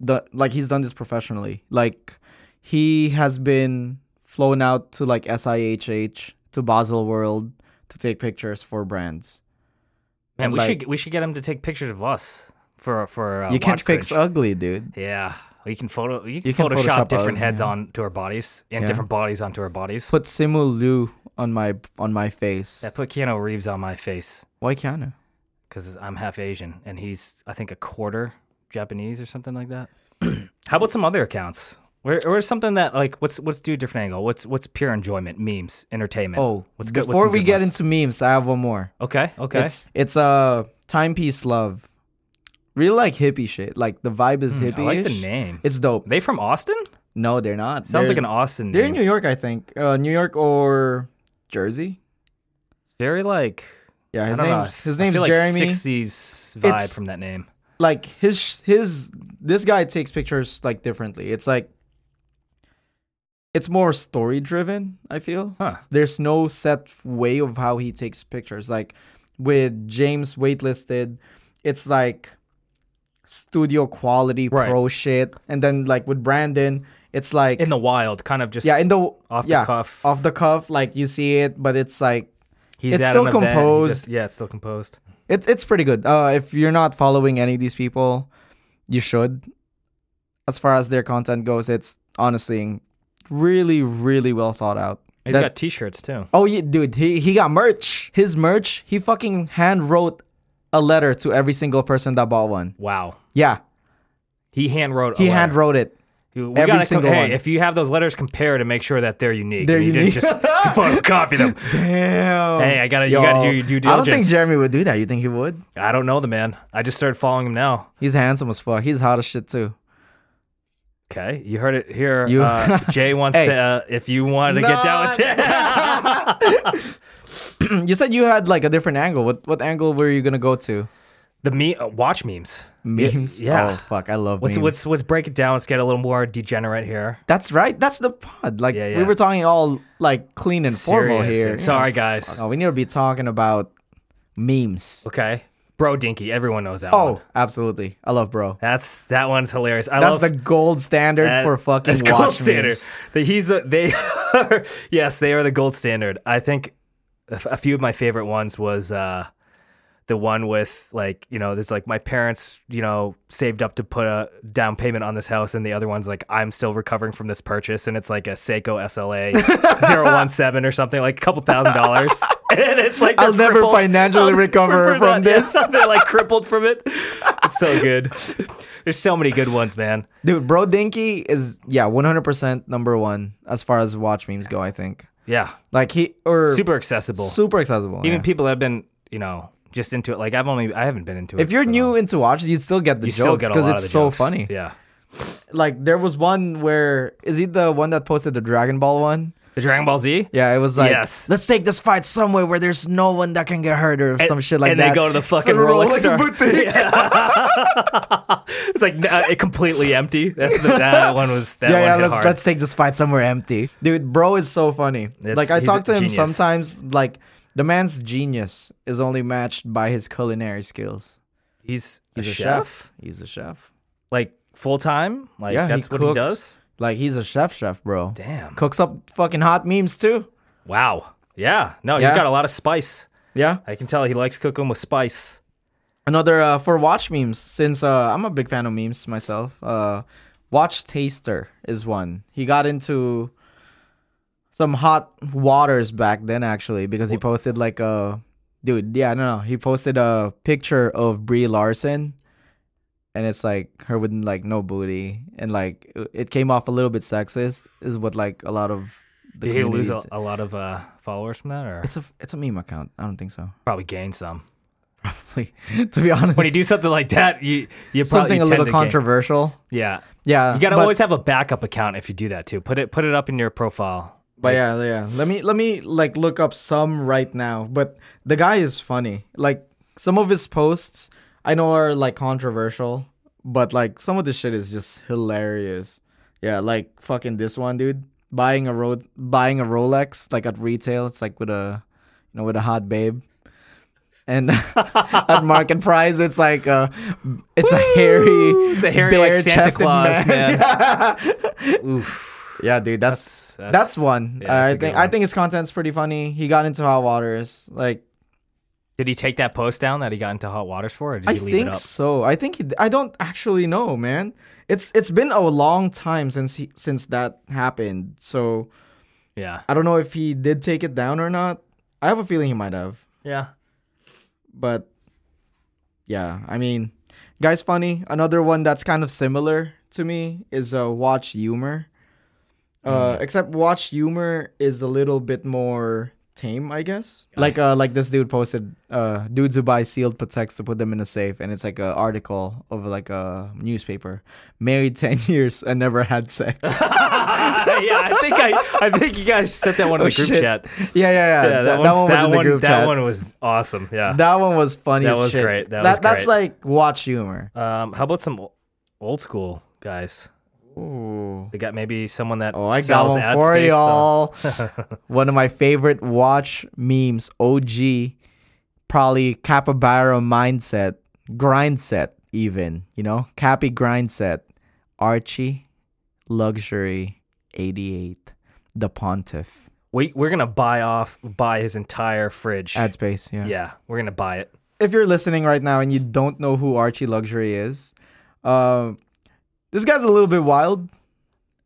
Speaker 1: the like he's done this professionally. Like he has been flown out to like SIHH to Basel World to take pictures for brands.
Speaker 2: Man,
Speaker 1: and,
Speaker 2: we
Speaker 1: like-
Speaker 2: should we should get him to take pictures of us for for uh,
Speaker 1: you can't
Speaker 2: watch
Speaker 1: fix
Speaker 2: bridge.
Speaker 1: ugly, dude.
Speaker 2: Yeah. You can photo you can,
Speaker 1: You can
Speaker 2: Photoshop,
Speaker 1: Photoshop
Speaker 2: different
Speaker 1: us,
Speaker 2: heads
Speaker 1: yeah.
Speaker 2: onto our bodies and
Speaker 1: Yeah.
Speaker 2: different bodies onto our bodies.
Speaker 1: Put Simu Liu on my on my face.
Speaker 2: that put Keanu Reeves on my face
Speaker 1: Why Keanu?
Speaker 2: because I'm half Asian and he's I think a quarter Japanese or something
Speaker 1: [CLEARS THROAT]
Speaker 2: like that. How about some other accounts? Where where's something that like what's what's do a different angle? What's what's pure enjoyment, memes, entertainment?
Speaker 1: Oh,
Speaker 2: what's good? what's
Speaker 1: before
Speaker 2: some
Speaker 1: we
Speaker 2: good
Speaker 1: get
Speaker 2: ones?
Speaker 1: into memes, I have one more.
Speaker 2: okay, okay,
Speaker 1: It's it's a uh, timepiece love. Really like hippie shit. Like the vibe is hippie.
Speaker 2: Hmm, I like the name.
Speaker 1: It's dope.
Speaker 2: they from Austin?
Speaker 1: No, they're not.
Speaker 2: Sounds
Speaker 1: They're-
Speaker 2: like an Austin
Speaker 1: They're in
Speaker 2: name.
Speaker 1: New York, I think. Uh, New York or Jersey.
Speaker 2: Very like
Speaker 1: Yeah, his
Speaker 2: I don't know.
Speaker 1: name's his
Speaker 2: I
Speaker 1: name's
Speaker 2: feel
Speaker 1: Jeremy.
Speaker 2: Like 60s vibe
Speaker 1: It's-
Speaker 2: from that name.
Speaker 1: Like his his this guy takes pictures like differently. It's like it's more story driven. I feel
Speaker 2: Huh.
Speaker 1: there's no set way of how he takes pictures. Like with James waitlisted, it's like studio quality
Speaker 2: Right.
Speaker 1: pro shit, and then like with Brandon, it's like
Speaker 2: In the wild, kind of just
Speaker 1: yeah in the
Speaker 2: off the
Speaker 1: yeah,
Speaker 2: cuff.
Speaker 1: off the cuff like you see it, but it's like
Speaker 2: he's
Speaker 1: it's
Speaker 2: at
Speaker 1: still
Speaker 2: an event, he
Speaker 1: composed.
Speaker 2: just- yeah, it's still composed.
Speaker 1: It, it's pretty good. Uh, if you're not following any of these people, you should. As far as their content goes, it's honestly really, really well thought out.
Speaker 2: He's
Speaker 1: That-
Speaker 2: got T-shirts too.
Speaker 1: Oh yeah, dude, he, he got merch. His merch, he fucking hand wrote a letter to every single person that bought one.
Speaker 2: Wow.
Speaker 1: Yeah.
Speaker 2: He hand wrote.
Speaker 1: He hand wrote it.
Speaker 2: We
Speaker 1: every
Speaker 2: gotta
Speaker 1: single
Speaker 2: hey,
Speaker 1: one.
Speaker 2: If you have those letters, compare to make sure that they're unique.
Speaker 1: They're
Speaker 2: and you
Speaker 1: unique. [LAUGHS]
Speaker 2: Didn't just photocopy them.
Speaker 1: Damn.
Speaker 2: Hey, I gotta- you gotta do your due
Speaker 1: I don't think
Speaker 2: diligence.
Speaker 1: Jeremy would do that. You think he would?
Speaker 2: I don't know the man. I just started following him now.
Speaker 1: He's handsome as fuck. He's hot as shit too.
Speaker 2: Okay, you heard it here.
Speaker 1: You- [LAUGHS]
Speaker 2: Uh, Jay wants
Speaker 1: Hey.
Speaker 2: to. Uh, if you wanted to get down with Jay,
Speaker 1: Hmm, You said you had like a different angle. What what angle were you gonna go to?
Speaker 2: [LAUGHS] the me uh, watch memes.
Speaker 1: Memes.
Speaker 2: [LAUGHS] yeah.
Speaker 1: Oh fuck, I love
Speaker 2: Let's
Speaker 1: memes.
Speaker 2: let's let's break it down. Let's get a little more degenerate here.
Speaker 1: That's right. That's the pod. Like
Speaker 2: Yeah,
Speaker 1: we
Speaker 2: yeah.
Speaker 1: were talking all like clean and formal
Speaker 2: Serious.
Speaker 1: here.
Speaker 2: Sorry, guys.
Speaker 1: Oh, we need to be talking about memes.
Speaker 2: Okay, bro, Dinky. Everyone knows that. one.
Speaker 1: Oh, absolutely. I love bro.
Speaker 2: that's that one's hilarious. I
Speaker 1: That's
Speaker 2: love
Speaker 1: the gold standard
Speaker 2: that-
Speaker 1: for fucking
Speaker 2: that's
Speaker 1: watch
Speaker 2: gold standard.
Speaker 1: memes.
Speaker 2: The- he's the they are [LAUGHS] yes they are the gold standard. I think a f- a few of my favorite ones was uh, the one with like you know there's like my parents you know saved up to put a down payment on this house and the other one's like I'm still recovering from this purchase and it's like a
Speaker 1: [LAUGHS]
Speaker 2: Seiko SLA 017 or something like a couple thousand dollars [LAUGHS] and it's like
Speaker 1: I'll
Speaker 2: they're
Speaker 1: never
Speaker 2: crippled.
Speaker 1: financially recover from
Speaker 2: that. [LAUGHS] Yeah,
Speaker 1: this.
Speaker 2: they're like crippled from it. It's so good. There's so many good ones, man.
Speaker 1: Dude, Bro Dinky is yeah, 100% number 1 as far as watch memes go, I think.
Speaker 2: Yeah.
Speaker 1: Like he or
Speaker 2: super accessible.
Speaker 1: super accessible.
Speaker 2: Even
Speaker 1: yeah.
Speaker 2: people that have been, you know, just into it. Like I've only, I haven't been into it.
Speaker 1: if you're
Speaker 2: for
Speaker 1: new
Speaker 2: long.
Speaker 1: into watches, you still get the
Speaker 2: you still
Speaker 1: jokes
Speaker 2: get a
Speaker 1: because
Speaker 2: lot of
Speaker 1: it's
Speaker 2: the
Speaker 1: so
Speaker 2: jokes.
Speaker 1: funny.
Speaker 2: Yeah,
Speaker 1: Like there was one where is he the one that posted the Dragon Ball one?
Speaker 2: the Dragon Ball Z.
Speaker 1: Yeah, it was like
Speaker 2: Yes.
Speaker 1: let's take this fight somewhere where there's no one that can get hurt or some shit like
Speaker 2: and
Speaker 1: that. [LAUGHS]
Speaker 2: they go to the fucking Rolex store. [LAUGHS]
Speaker 1: boutique. Yeah,
Speaker 2: It's like uh, it completely empty. That's the,
Speaker 1: [LAUGHS]
Speaker 2: that one was that
Speaker 1: yeah,
Speaker 2: one hit
Speaker 1: let's
Speaker 2: hard.
Speaker 1: let's take this fight somewhere empty. Dude, bro is so funny.
Speaker 2: It's-
Speaker 1: like I
Speaker 2: he's a
Speaker 1: talk to him
Speaker 2: genius.
Speaker 1: sometimes like the man's genius is only matched by his culinary skills.
Speaker 2: he's
Speaker 1: He's
Speaker 2: a,
Speaker 1: a
Speaker 2: chef,
Speaker 1: He's a chef.
Speaker 2: like full time. Like
Speaker 1: Yeah, he
Speaker 2: that's what
Speaker 1: cooks.
Speaker 2: he does.
Speaker 1: Like he's a chef chef, bro.
Speaker 2: Damn.
Speaker 1: Cooks up fucking hot memes too.
Speaker 2: Wow. Yeah. No,
Speaker 1: Yeah.
Speaker 2: he's got a lot of spice.
Speaker 1: Yeah.
Speaker 2: I can tell he likes cooking with spice.
Speaker 1: another uh, for watch memes since uh, i'm a big fan of memes myself uh, watch taster is one he got into some hot waters back then actually because he posted like a dude yeah no no he posted a picture of brie larson and it's like her with like no booty and like it- it came off a little bit sexist is what like a lot of the
Speaker 2: Did he lose a,
Speaker 1: community-
Speaker 2: a lot of uh, followers from that, or
Speaker 1: it's a it's a meme account i don't think so [LAUGHS]
Speaker 2: probably gain some?
Speaker 1: Like, to be honest
Speaker 2: When you do something like that, you you probably
Speaker 1: something a
Speaker 2: tend
Speaker 1: little
Speaker 2: to gain-
Speaker 1: controversial
Speaker 2: Yeah,
Speaker 1: yeah
Speaker 2: You gotta
Speaker 1: but-
Speaker 2: always have a backup account if you do that too. Put it put it up in your profile.
Speaker 1: But yeah, yeah. Let me let me like look up some right now. But the guy is funny. Like some of his posts I know are like controversial, but like some of this shit is just hilarious. Yeah, like fucking this one dude buying a road buying a Rolex like at retail. It's like with a you know with a hot babe. And [LAUGHS] at market price, it's like uh it's a hairy,
Speaker 2: It's a hairy like Santa
Speaker 1: bare-chested
Speaker 2: Claus man.
Speaker 1: [LAUGHS] Oof. Yeah, dude, that's
Speaker 2: That's-
Speaker 1: that's one.
Speaker 2: yeah, that's
Speaker 1: I
Speaker 2: a good
Speaker 1: think I
Speaker 2: one.
Speaker 1: think his content's pretty funny. He got into hot waters. Like
Speaker 2: Did he take that post down that he got into hot waters for, or did
Speaker 1: I
Speaker 2: he leave it
Speaker 1: think
Speaker 2: up?
Speaker 1: so. I think he, I don't actually know, man. It's it's been a long time since he, since that happened. So
Speaker 2: Yeah,
Speaker 1: I don't know if he did take it down or not. I have a feeling he might have.
Speaker 2: yeah. [LAUGHS]
Speaker 1: But yeah, I mean, guys, funny. Another one that's kind of similar to me is uh, Watch Humor.
Speaker 2: Mm.
Speaker 1: Uh, except Watch Humor is a little bit more tame, I guess. Like uh, like this dude posted, uh, dudes who buy sealed Pateks to put them in a safe, and it's like an article of like a newspaper. Married [LAUGHS] ten years and never had
Speaker 2: [LAUGHS]
Speaker 1: sex. yeah,
Speaker 2: yeah, I think I, I think you guys sent that one in
Speaker 1: Oh,
Speaker 2: the group
Speaker 1: shit.
Speaker 2: chat.
Speaker 1: yeah, yeah.
Speaker 2: Yeah, that,
Speaker 1: that, that
Speaker 2: one's-
Speaker 1: one was
Speaker 2: that
Speaker 1: in the
Speaker 2: one-
Speaker 1: group
Speaker 2: that
Speaker 1: chat.
Speaker 2: one was awesome. Yeah.
Speaker 1: that one was funny. as
Speaker 2: That was
Speaker 1: shit.
Speaker 2: great, that was
Speaker 1: That's
Speaker 2: great.
Speaker 1: like Watch Humor.
Speaker 2: um, how about some o- old school guys?
Speaker 1: Ooh.
Speaker 2: They got maybe someone that
Speaker 1: Oh, I got
Speaker 2: sells
Speaker 1: one
Speaker 2: ad
Speaker 1: for
Speaker 2: space on-
Speaker 1: y'all.
Speaker 2: [LAUGHS]
Speaker 1: one of my favorite watch memes, OG, probably capybara mindset, grind set, even, you know, Cappy grind set, Archie, luxury, 88, the pontiff,
Speaker 2: We we're gonna buy off buy his entire fridge.
Speaker 1: ad space, yeah.
Speaker 2: yeah, we're gonna buy it.
Speaker 1: if you're listening right now and you don't know who Archie Luxury is, uh, this guy's a little bit wild.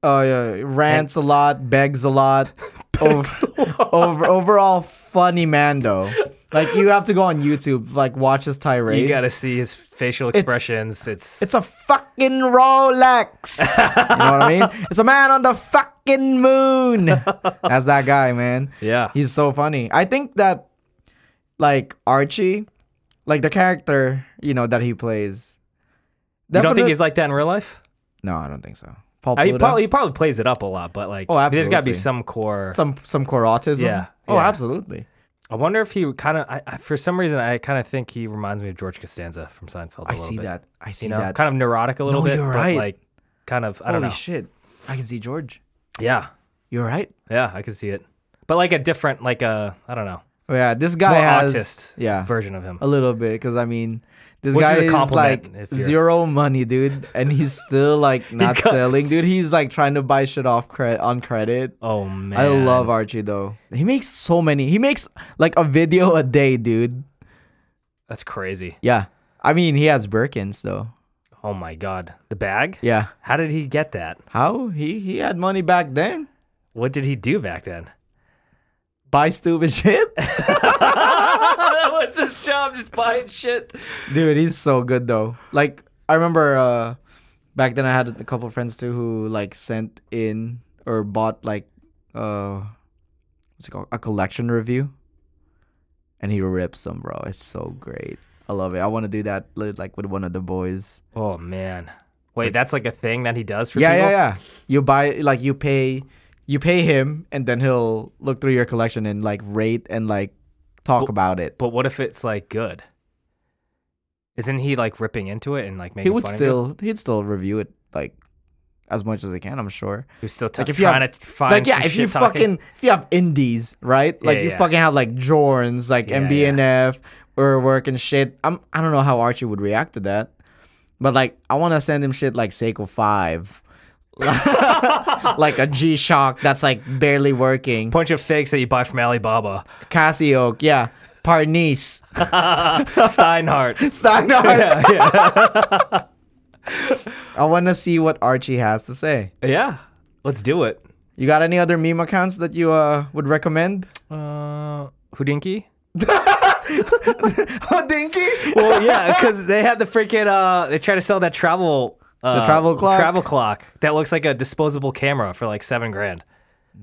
Speaker 1: Uh, rants a lot, begs a lot. over, over overall funny man though. Like you have to go on YouTube, like watch his tirades.
Speaker 2: You got to see his facial expressions. It's,
Speaker 1: It's a fucking Rolex. you know what I mean? It's a man on the fucking moon. That's that guy, man.
Speaker 2: Yeah.
Speaker 1: He's so funny. I think that like Archie, like the character, you know, that he plays.
Speaker 2: you don't think
Speaker 1: definite-
Speaker 2: he's like that in real life?
Speaker 1: No, I don't think so. Paul
Speaker 2: Uh, He
Speaker 1: Pluto?
Speaker 2: probably, he probably plays it up a lot, but like,
Speaker 1: Oh,
Speaker 2: there's got to
Speaker 1: absolutely.
Speaker 2: be some core.
Speaker 1: some some core autism.
Speaker 2: Yeah,
Speaker 1: Oh,
Speaker 2: yeah.
Speaker 1: absolutely.
Speaker 2: I wonder if he kind of, I, I, for some reason, I kind of think he reminds me of George Costanza from Seinfeld. I
Speaker 1: I see that. I see
Speaker 2: You know,
Speaker 1: that.
Speaker 2: kind of neurotic a little
Speaker 1: No,
Speaker 2: bit,
Speaker 1: you're
Speaker 2: but
Speaker 1: right.
Speaker 2: like, kind of, I don't
Speaker 1: Holy
Speaker 2: know.
Speaker 1: shit. I can see George.
Speaker 2: yeah,
Speaker 1: You're right.
Speaker 2: yeah, I could see it, but like a different, like a, I don't know,
Speaker 1: Oh, yeah, this guy
Speaker 2: more
Speaker 1: has
Speaker 2: autist
Speaker 1: yeah,
Speaker 2: version of him.
Speaker 1: a little bit because I mean, this
Speaker 2: Which is
Speaker 1: guy
Speaker 2: a
Speaker 1: is,
Speaker 2: compliment
Speaker 1: like
Speaker 2: if you're-
Speaker 1: zero money, dude, and he's still
Speaker 2: [LAUGHS]
Speaker 1: like not
Speaker 2: got-
Speaker 1: selling, dude. He's like trying to buy shit off cre- on credit.
Speaker 2: Oh man,
Speaker 1: I love Archie though. He makes so many. He makes like a video a day, dude.
Speaker 2: That's crazy.
Speaker 1: Yeah. I mean, he has Birkins though.
Speaker 2: Oh my god, the bag.
Speaker 1: Yeah.
Speaker 2: How did he get that?
Speaker 1: How? He he had money back then.
Speaker 2: What did he do back then?
Speaker 1: [LAUGHS]
Speaker 2: [LAUGHS]
Speaker 1: Buy stupid [LAUGHS] shit.
Speaker 2: that was his job, just buying shit.
Speaker 1: Dude, he's so good though. Like I remember uh back then I had a couple friends too who like sent in or bought like uh what's it called? A collection review. And he rips them, bro. It's so great. I love it. I want to do that li- like with one of the boys.
Speaker 2: Oh man, wait, that's like a thing that he does for
Speaker 1: Yeah, yeah,
Speaker 2: people.
Speaker 1: yeah. You buy like you pay you pay him and then he'll look through your collection and like rate and like talk about it.
Speaker 2: But what if it's like good? Isn't he like ripping into it and like making
Speaker 1: He would
Speaker 2: fun of
Speaker 1: still he'd still review it like as much as he can, I'm sure.
Speaker 2: you? He's still t-
Speaker 1: like, if you
Speaker 2: trying
Speaker 1: have-
Speaker 2: to find
Speaker 1: like yeah,
Speaker 2: some
Speaker 1: if you
Speaker 2: shit-talking?
Speaker 1: fucking if you have indies, right? Like
Speaker 2: Yeah,
Speaker 1: you
Speaker 2: yeah.
Speaker 1: fucking have like Jorns, like
Speaker 2: Yeah,
Speaker 1: MBNF, or work and shit. I'm I don't know how Archie would react to that, but like I want to send him shit like Seiko Five, [LAUGHS] like a G Shock that's like barely working,
Speaker 2: bunch of fakes that you buy
Speaker 1: [LAUGHS]
Speaker 2: from Alibaba,
Speaker 1: Casio, yeah,
Speaker 2: [LAUGHS]
Speaker 1: Parnis,
Speaker 2: Steinhardt.
Speaker 1: Steinhardt.
Speaker 2: yeah, [LAUGHS] yeah,
Speaker 1: [LAUGHS] I want to see what Archie has to say.
Speaker 2: yeah. Let's do it.
Speaker 1: You got any other meme accounts that you uh would
Speaker 2: [LAUGHS]
Speaker 1: recommend?
Speaker 2: Uh, Houdinki.
Speaker 1: Oh, Dinky.
Speaker 2: Well, yeah, [LAUGHS] because they had the freaking uh, they try to sell that travel. Uh,
Speaker 1: travel clock?
Speaker 2: Travel clock that looks like a disposable camera for like seven grand.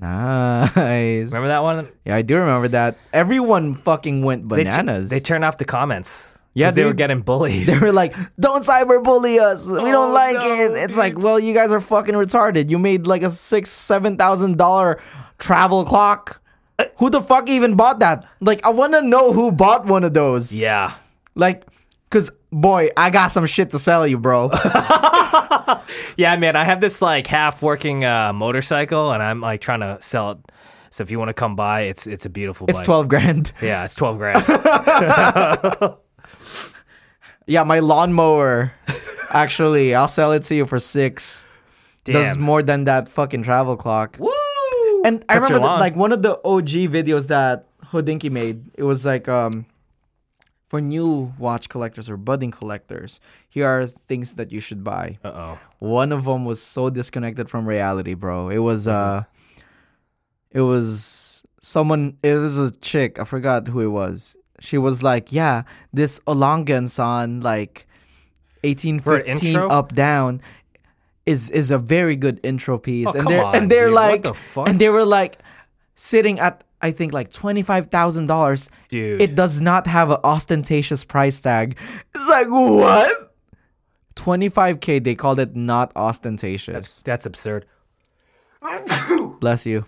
Speaker 1: Nice.
Speaker 2: Remember that one?
Speaker 1: Yeah, I do remember that. Everyone fucking went
Speaker 2: They tu-
Speaker 1: bananas.
Speaker 2: They turned off the comments.
Speaker 1: Yeah,
Speaker 2: 'cause they were
Speaker 1: dude.
Speaker 2: getting
Speaker 1: [LAUGHS]
Speaker 2: bullied.
Speaker 1: they were like, "Don't cyberbully us. We don't
Speaker 2: Oh,
Speaker 1: like
Speaker 2: no,
Speaker 1: it." It's like, well, you guys are fucking retarded. You made like a six, seven thousand dollar travel clock.
Speaker 2: Uh,
Speaker 1: Who the fuck even bought that? Like, I want to know who bought one of those.
Speaker 2: [LAUGHS] yeah.
Speaker 1: Like, cause boy, I got some shit to sell you,
Speaker 2: [LAUGHS]
Speaker 1: bro.
Speaker 2: Yeah, man, I have this like half working uh, motorcycle and I'm like trying to sell it. So if you want to come by, it's it's a beautiful
Speaker 1: It's
Speaker 2: bike.
Speaker 1: twelve grand.
Speaker 2: [LAUGHS] Yeah, it's 12 grand.
Speaker 1: Yeah, my
Speaker 2: [LAUGHS]
Speaker 1: lawnmower. Actually, I'll sell it to you for six. Does
Speaker 2: Damn.
Speaker 1: more than that fucking travel clock.
Speaker 2: Woo!
Speaker 1: [LAUGHS] And I
Speaker 2: Cuts your
Speaker 1: remember that,
Speaker 2: lawn.
Speaker 1: like one of the OG videos that Hodinki made. It was like um for new watch collectors or budding collectors, here are things that you should buy.
Speaker 2: Uh-oh.
Speaker 1: One of them was so disconnected from reality, bro. It was uh it was someone it was a chick, I forgot who it was. She was like, "Yeah, this Olangan san like
Speaker 2: an
Speaker 1: 1815
Speaker 2: intro?
Speaker 1: up down is is a very good intro piece." and
Speaker 2: Oh, come
Speaker 1: they're
Speaker 2: on,
Speaker 1: and they're
Speaker 2: dude. What
Speaker 1: like
Speaker 2: the fuck?
Speaker 1: and they were like sitting at I think like twenty five thousand dollars.
Speaker 2: Dude.
Speaker 1: It does not have an ostentatious price tag. It's like what? Twenty five K they called it not ostentatious.
Speaker 2: That's absurd.
Speaker 1: Bless you.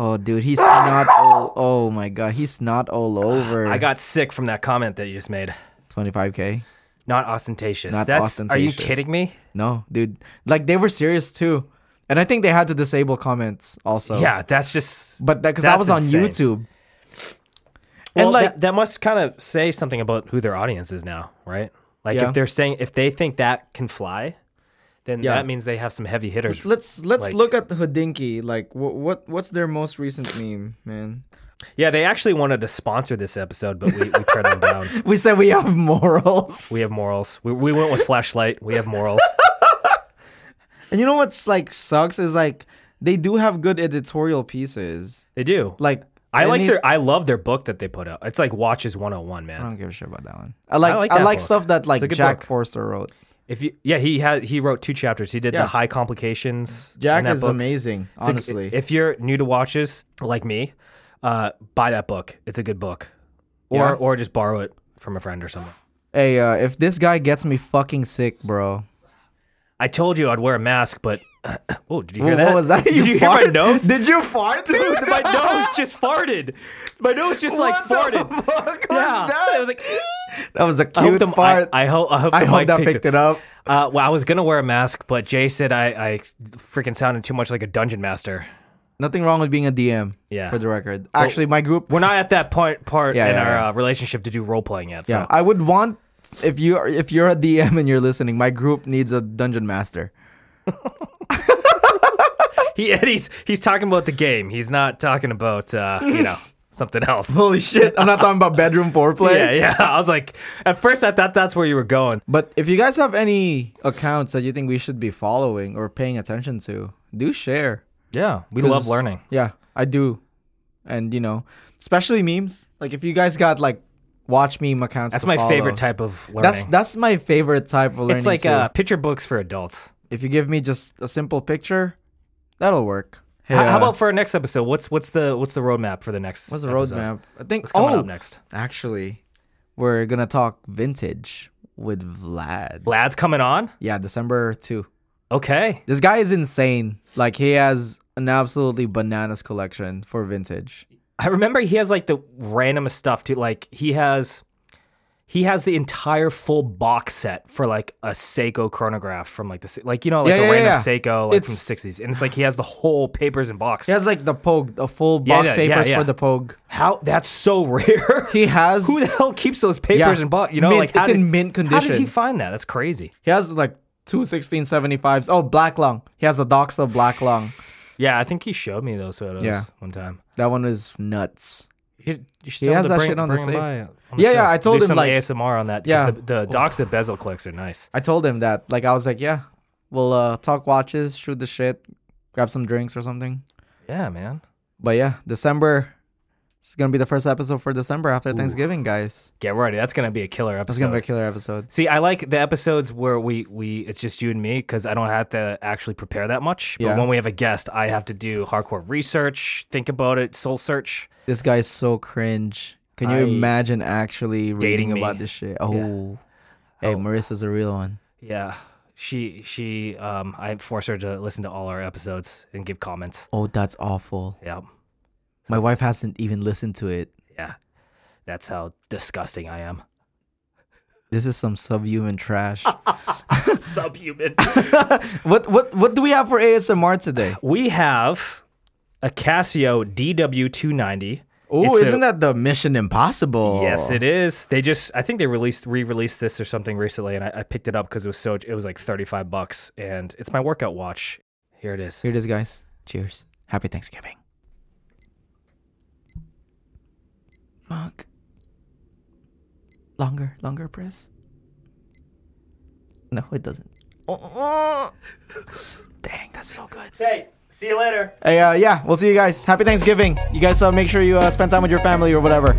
Speaker 1: Oh dude, he's not all oh my god, he's not all over.
Speaker 2: [SIGHS] I got sick from that comment that you just made.
Speaker 1: twenty five K.
Speaker 2: Not ostentatious.
Speaker 1: Not
Speaker 2: That's Are you
Speaker 1: ostentatious.
Speaker 2: kidding me?
Speaker 1: No, dude. Like they were serious too. And I think they had to disable comments also.
Speaker 2: Yeah, that's just
Speaker 1: But that because that
Speaker 2: That's
Speaker 1: was on
Speaker 2: insane.
Speaker 1: YouTube.
Speaker 2: Well,
Speaker 1: and, like-
Speaker 2: that, that must kind of say something about who their audience is now, right? Like
Speaker 1: Yeah.
Speaker 2: if they're saying if they think that can fly, then
Speaker 1: Yeah.
Speaker 2: that means they have some heavy hitters.
Speaker 1: let's let's
Speaker 2: like-
Speaker 1: look at Hodinky. Like what what what's their most recent meme, man?
Speaker 2: Yeah, they actually wanted to sponsor this episode, but we, we turned them down.
Speaker 1: [LAUGHS] We said we have morals.
Speaker 2: We have morals. We, we went with flashlight. We have morals.
Speaker 1: and you know what's like sucks is like they do have good editorial pieces.
Speaker 2: They do.
Speaker 1: [LAUGHS] Like
Speaker 2: I like
Speaker 1: any-
Speaker 2: their. I love their book that they put out. It's like Watches 101, man.
Speaker 1: I don't give a shit about that one. I like I
Speaker 2: like
Speaker 1: like,
Speaker 2: that book.
Speaker 1: stuff that
Speaker 2: a
Speaker 1: like
Speaker 2: good
Speaker 1: Jack
Speaker 2: book.
Speaker 1: Forster wrote.
Speaker 2: If you, yeah, he had he wrote two chapters. He did the
Speaker 1: Yeah.
Speaker 2: high complications. in
Speaker 1: Jack
Speaker 2: that
Speaker 1: is
Speaker 2: book.
Speaker 1: amazing,
Speaker 2: It's a-
Speaker 1: honestly.
Speaker 2: if you're new to watches like me, uh, buy that book. It's a good book, or
Speaker 1: Yeah.
Speaker 2: or just borrow it from a friend or someone.
Speaker 1: hey, uh, if this guy gets me fucking sick, bro.
Speaker 2: I told you I'd wear a mask, but [COUGHS] oh, did you hear
Speaker 1: Wha-
Speaker 2: that?
Speaker 1: What was that?
Speaker 2: Did you hear my
Speaker 1: farted?
Speaker 2: nose?
Speaker 1: Did you fart? Dude,
Speaker 2: [LAUGHS] my nose just farted. My
Speaker 1: [LAUGHS]
Speaker 2: nose just like
Speaker 1: What the
Speaker 2: farted.
Speaker 1: fuck was
Speaker 2: yeah,
Speaker 1: that?
Speaker 2: it was like.
Speaker 1: That was a
Speaker 2: I hope
Speaker 1: cute
Speaker 2: the, I,
Speaker 1: fart. I,
Speaker 2: I hope I hope, the
Speaker 1: hope
Speaker 2: mic
Speaker 1: that
Speaker 2: picked
Speaker 1: picked it up.
Speaker 2: Uh, well, I was gonna wear a mask, but Jay said I, I freaking sounded too much like a dungeon master.
Speaker 1: Nothing wrong with being a DM.
Speaker 2: Yeah.
Speaker 1: For the record, actually, my group.
Speaker 2: We're not at that point part
Speaker 1: Yeah,
Speaker 2: in
Speaker 1: yeah,
Speaker 2: our
Speaker 1: yeah.
Speaker 2: Uh, relationship to do role playing yet. So.
Speaker 1: Yeah, I would want if you are if you're a DM and you're listening, my group needs a dungeon master.
Speaker 2: He [LAUGHS] and he's he's talking about the game. He's not talking about uh,
Speaker 1: [LAUGHS]
Speaker 2: you know something else.
Speaker 1: Holy shit! I'm not talking about bedroom foreplay.
Speaker 2: [LAUGHS] Yeah, yeah. I was like, at first I thought that's where you were going.
Speaker 1: But if you guys have any accounts that you think we should be following or paying attention to, do share.
Speaker 2: Yeah, we
Speaker 1: 'Cause-
Speaker 2: love learning.
Speaker 1: Yeah, I do. And you know, especially memes. Like if you guys got like watch meme accounts.
Speaker 2: That's
Speaker 1: to
Speaker 2: my
Speaker 1: follow.
Speaker 2: favorite type of learning.
Speaker 1: That's that's my favorite type of learning.
Speaker 2: it's like
Speaker 1: too.
Speaker 2: uh, picture books for adults.
Speaker 1: if you give me just a simple picture, that'll work. Hey,
Speaker 2: How, how
Speaker 1: uh,
Speaker 2: about for our next episode? What's what's the what's the roadmap for the next?
Speaker 1: what's the
Speaker 2: episode?
Speaker 1: roadmap? I think
Speaker 2: What's coming
Speaker 1: oh
Speaker 2: up next?
Speaker 1: actually, we're gonna talk vintage with Vlad.
Speaker 2: Vlad's coming on.
Speaker 1: Yeah, December two.
Speaker 2: Okay.
Speaker 1: This guy is insane. Like he has an absolutely bananas collection for vintage.
Speaker 2: I remember he has like the randomest stuff too. Like he has he has the entire full box set for like a Seiko chronograph from like the se- like you know like
Speaker 1: Yeah,
Speaker 2: a
Speaker 1: yeah,
Speaker 2: random
Speaker 1: yeah.
Speaker 2: Seiko like from
Speaker 1: It's-
Speaker 2: the 60s and it's like he has the whole papers and box.
Speaker 1: He has like the Pogue, a full
Speaker 2: Yeah,
Speaker 1: box
Speaker 2: yeah, yeah,
Speaker 1: papers
Speaker 2: yeah.
Speaker 1: for the Pogue.
Speaker 2: How that's so rare.
Speaker 1: [LAUGHS] He has
Speaker 2: Who the hell keeps those papers
Speaker 1: Yeah.
Speaker 2: and box? You know
Speaker 1: Mint-
Speaker 2: like how
Speaker 1: it's
Speaker 2: did,
Speaker 1: in mint
Speaker 2: How did he
Speaker 1: condition.
Speaker 2: find that? That's crazy.
Speaker 1: he has like two 1675s. Oh, Black Lung. He has a Doxa Black Lung.
Speaker 2: Yeah, I think he showed me those photos
Speaker 1: Yeah.
Speaker 2: one time.
Speaker 1: That one is nuts.
Speaker 2: You, you should
Speaker 1: He
Speaker 2: tell him
Speaker 1: has
Speaker 2: to
Speaker 1: that
Speaker 2: bring-
Speaker 1: shit on the
Speaker 2: bring him
Speaker 1: safe.
Speaker 2: by on
Speaker 1: Yeah,
Speaker 2: show.
Speaker 1: yeah, I told
Speaker 2: Do
Speaker 1: him,
Speaker 2: some
Speaker 1: like-
Speaker 2: ASMR on that. 'cause
Speaker 1: Yeah.
Speaker 2: the, the Doxa bezel clicks are nice.
Speaker 1: I told him that. Like I was like, yeah, we'll uh, talk watches, shoot the shit, grab some drinks or something.
Speaker 2: Yeah, man.
Speaker 1: But yeah, December. It's gonna be the first episode for December after Thanksgiving, guys.
Speaker 2: Get ready. That's gonna be a killer episode.
Speaker 1: It's gonna be a killer episode.
Speaker 2: See, I like the episodes where we we it's just you and me because I don't have to actually prepare that much. But
Speaker 1: Yeah.
Speaker 2: when we have a guest, I have to do hardcore research, think about it, soul search.
Speaker 1: This guy is so cringe. Can you
Speaker 2: I-
Speaker 1: imagine actually
Speaker 2: Dating
Speaker 1: reading
Speaker 2: me.
Speaker 1: about this shit? Oh, hey, Marissa's a real one.
Speaker 2: Yeah, she she um I force her to listen to all our episodes and give comments.
Speaker 1: Oh, that's awful.
Speaker 2: Yeah,
Speaker 1: My wife hasn't even listened to it.
Speaker 2: yeah, that's how disgusting I am.
Speaker 1: This is some subhuman trash.
Speaker 2: Subhuman.
Speaker 1: Ah, what what what do we have for ASMR today?
Speaker 2: we have a Casio DW290.
Speaker 1: Oh,
Speaker 2: It's a-
Speaker 1: isn't that the Mission Impossible?
Speaker 2: Yes, it is. They just, I think they released, re-released this or something recently, and I, I picked it up because it was so, it was like thirty-five bucks, and it's my workout watch. Here it is.
Speaker 1: Here it is, guys. Cheers. Happy Thanksgiving. Fuck. Longer, longer press. No, it doesn't. [LAUGHS] Dang, that's so good.
Speaker 2: Hey, see you later.
Speaker 1: Hey, uh, yeah, we'll see you guys. Happy Thanksgiving. You guys uh, make sure you uh, spend time with your family or whatever.